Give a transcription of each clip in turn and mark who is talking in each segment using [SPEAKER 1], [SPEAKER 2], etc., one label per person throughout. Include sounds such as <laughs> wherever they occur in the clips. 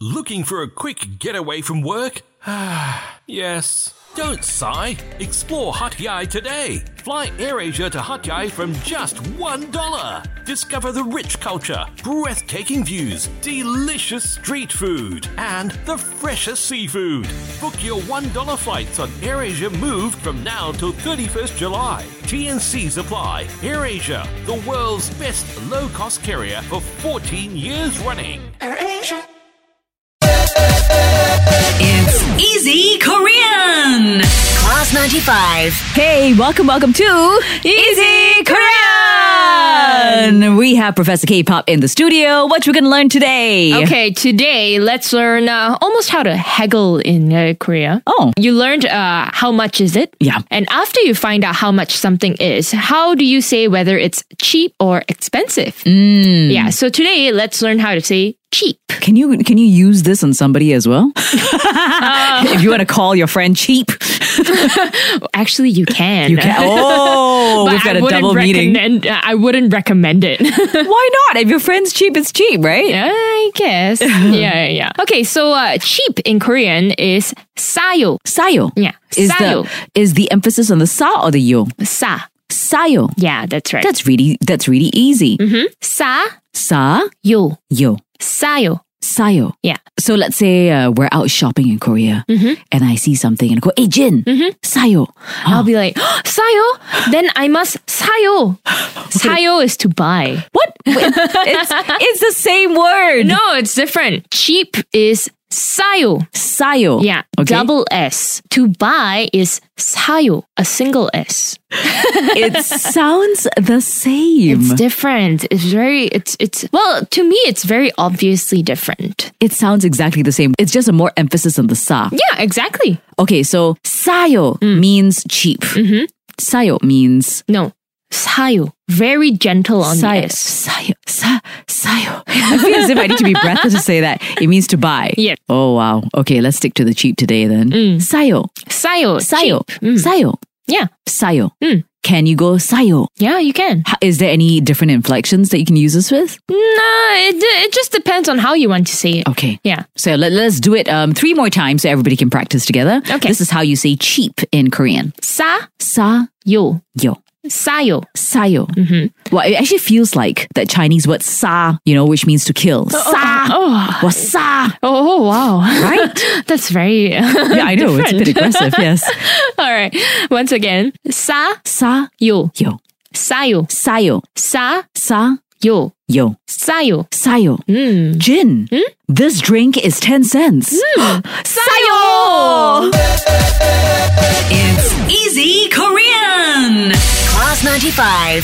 [SPEAKER 1] Looking for a quick getaway from work? <sighs> Ah, yes. Don't sigh. Explore Hat Yai today. Fly AirAsia to Hat Yai from just $1. Discover the rich culture, breathtaking views, delicious street food, and the freshest seafood. Book your $1 flights on AirAsia Move from now till 31st July. TNCs apply. AirAsia, the world's best low-cost carrier for 14 years running.
[SPEAKER 2] It's Easy Korean.
[SPEAKER 3] Class 95.
[SPEAKER 2] Hey, welcome, welcome to Easy Korean. We have Professor K-pop in the studio. What we're gonna learn today?
[SPEAKER 4] Okay, today let's learn uh, almost how to haggle in uh, Korea.
[SPEAKER 2] Oh.
[SPEAKER 4] You learned uh, how much is it?
[SPEAKER 2] Yeah.
[SPEAKER 4] And after you find out how much something is, how do you say whether it's cheap or expensive?
[SPEAKER 2] Mm.
[SPEAKER 4] Yeah, so today let's learn how to say cheap.
[SPEAKER 2] Can you can you use this on somebody as
[SPEAKER 4] <laughs>
[SPEAKER 2] well?
[SPEAKER 4] Uh.
[SPEAKER 2] if you want to call your friend cheap,
[SPEAKER 4] Actually, you can.
[SPEAKER 2] you
[SPEAKER 4] <laughs>
[SPEAKER 2] can. Oh,
[SPEAKER 4] But
[SPEAKER 2] we've got
[SPEAKER 4] I
[SPEAKER 2] a
[SPEAKER 4] wouldn't
[SPEAKER 2] double meeting.
[SPEAKER 4] recommend- uh, I wouldn't
[SPEAKER 2] <laughs>
[SPEAKER 4] recommend it. <laughs>
[SPEAKER 2] Why not? If your friend's cheap, it's cheap, right?
[SPEAKER 4] I
[SPEAKER 2] <laughs>
[SPEAKER 4] guess. yeah, yeah, yeah. Okay, so uh, cheap in Korean is sayo.
[SPEAKER 2] Sayo.
[SPEAKER 4] Yeah,
[SPEAKER 2] Is
[SPEAKER 4] sayo.
[SPEAKER 2] the is the emphasis on the sa or the yo?
[SPEAKER 4] Sa.
[SPEAKER 2] Sayo.
[SPEAKER 4] Yeah, that's right.
[SPEAKER 2] That's really that's really easy.
[SPEAKER 4] Mm-hmm. sa
[SPEAKER 2] Sa
[SPEAKER 4] yo.
[SPEAKER 2] yo
[SPEAKER 4] Sayo.
[SPEAKER 2] sayo.
[SPEAKER 4] Yeah.
[SPEAKER 2] So let's say uh, we're out shopping in Korea
[SPEAKER 4] Mm-hmm.
[SPEAKER 2] and I see something and I go, hey, Jin, sayo.
[SPEAKER 4] I'll be like, "Ah, sayo? Then I must <laughs> sayo. Sayo is to buy. <laughs>
[SPEAKER 2] What? it's, it's the same word.
[SPEAKER 4] No, it's different. Cheap is sayo.
[SPEAKER 2] Sayo.
[SPEAKER 4] Yeah.
[SPEAKER 2] Okay.
[SPEAKER 4] Double S. To buy is sayo, a single S. <laughs>
[SPEAKER 2] it sounds the same.
[SPEAKER 4] It's different. It's very it's it's well, to me it's very obviously different.
[SPEAKER 2] it sounds exactly the same. It's just a more emphasis on the sa.
[SPEAKER 4] Yeah, Mm. exactly.
[SPEAKER 2] Okay, so sayo means cheap.
[SPEAKER 4] Mm-hmm.
[SPEAKER 2] Sayo means
[SPEAKER 4] No. Sayo. Very gentle on the
[SPEAKER 2] sayo.
[SPEAKER 4] S.
[SPEAKER 2] Sayo. Sa, sayo. I feel as if I need to be breathless to say that. It means to buy.
[SPEAKER 4] Yes.
[SPEAKER 2] Oh, wow. Okay, let's stick to the cheap today then.
[SPEAKER 4] Mm.
[SPEAKER 2] Sayo.
[SPEAKER 4] Sayo.
[SPEAKER 2] Sayo.
[SPEAKER 4] cheap. Mm.
[SPEAKER 2] Sayo.
[SPEAKER 4] Yeah.
[SPEAKER 2] Sayo.
[SPEAKER 4] Mm.
[SPEAKER 2] Can you go sayo?
[SPEAKER 4] Yeah, you can.
[SPEAKER 2] H- Is there any different inflections that you can use this with?
[SPEAKER 4] Nah, it, it just depends on how you want to say it.
[SPEAKER 2] Okay.
[SPEAKER 4] Yeah.
[SPEAKER 2] So let, us do it um, three more times so everybody can practice together.
[SPEAKER 4] Okay.
[SPEAKER 2] This is how you say cheap in Korean.
[SPEAKER 4] Sa
[SPEAKER 2] Sa
[SPEAKER 4] yo.
[SPEAKER 2] yo.
[SPEAKER 4] Sayo.
[SPEAKER 2] Sayo. Mm-hmm. Well, it actually feels like that Chinese word sa, you know, which means to kill. Sa.
[SPEAKER 4] Oh.
[SPEAKER 2] Well, sa.
[SPEAKER 4] Oh wow.
[SPEAKER 2] Right?
[SPEAKER 4] <laughs> That's very
[SPEAKER 2] <laughs> Yeah, I know. It's a bit
[SPEAKER 4] Different.
[SPEAKER 2] aggressive. Yes.
[SPEAKER 4] <laughs> All right. Once again. Sa
[SPEAKER 2] Sa
[SPEAKER 4] yo.
[SPEAKER 2] yo.
[SPEAKER 4] Sayo.
[SPEAKER 2] Sayo.
[SPEAKER 4] Sa
[SPEAKER 2] Sa
[SPEAKER 4] yo.
[SPEAKER 2] yo.
[SPEAKER 4] Sayo.
[SPEAKER 2] Sayo.
[SPEAKER 4] Mm.
[SPEAKER 2] Gin.
[SPEAKER 4] Hmm?
[SPEAKER 2] This drink is 10 cents.
[SPEAKER 4] Sayo.
[SPEAKER 2] It's easy Korean.
[SPEAKER 3] Class 95.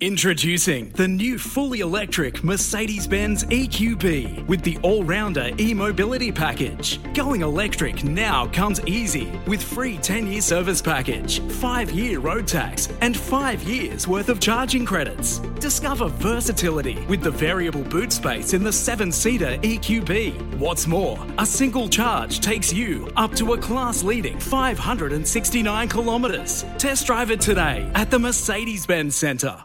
[SPEAKER 5] Introducing the new fully electric Mercedes Benz EQB with the all rounder e mobility package. Going electric now comes easy with free 10 year service package, 5 year road tax, and 5 years worth of charging credits. Discover versatility with the variable boot space in the 7 seater EQB. What's more, a single charge takes you up to a class leading 569 kilometres. Test drive it today at the Mercedes Benz Centre.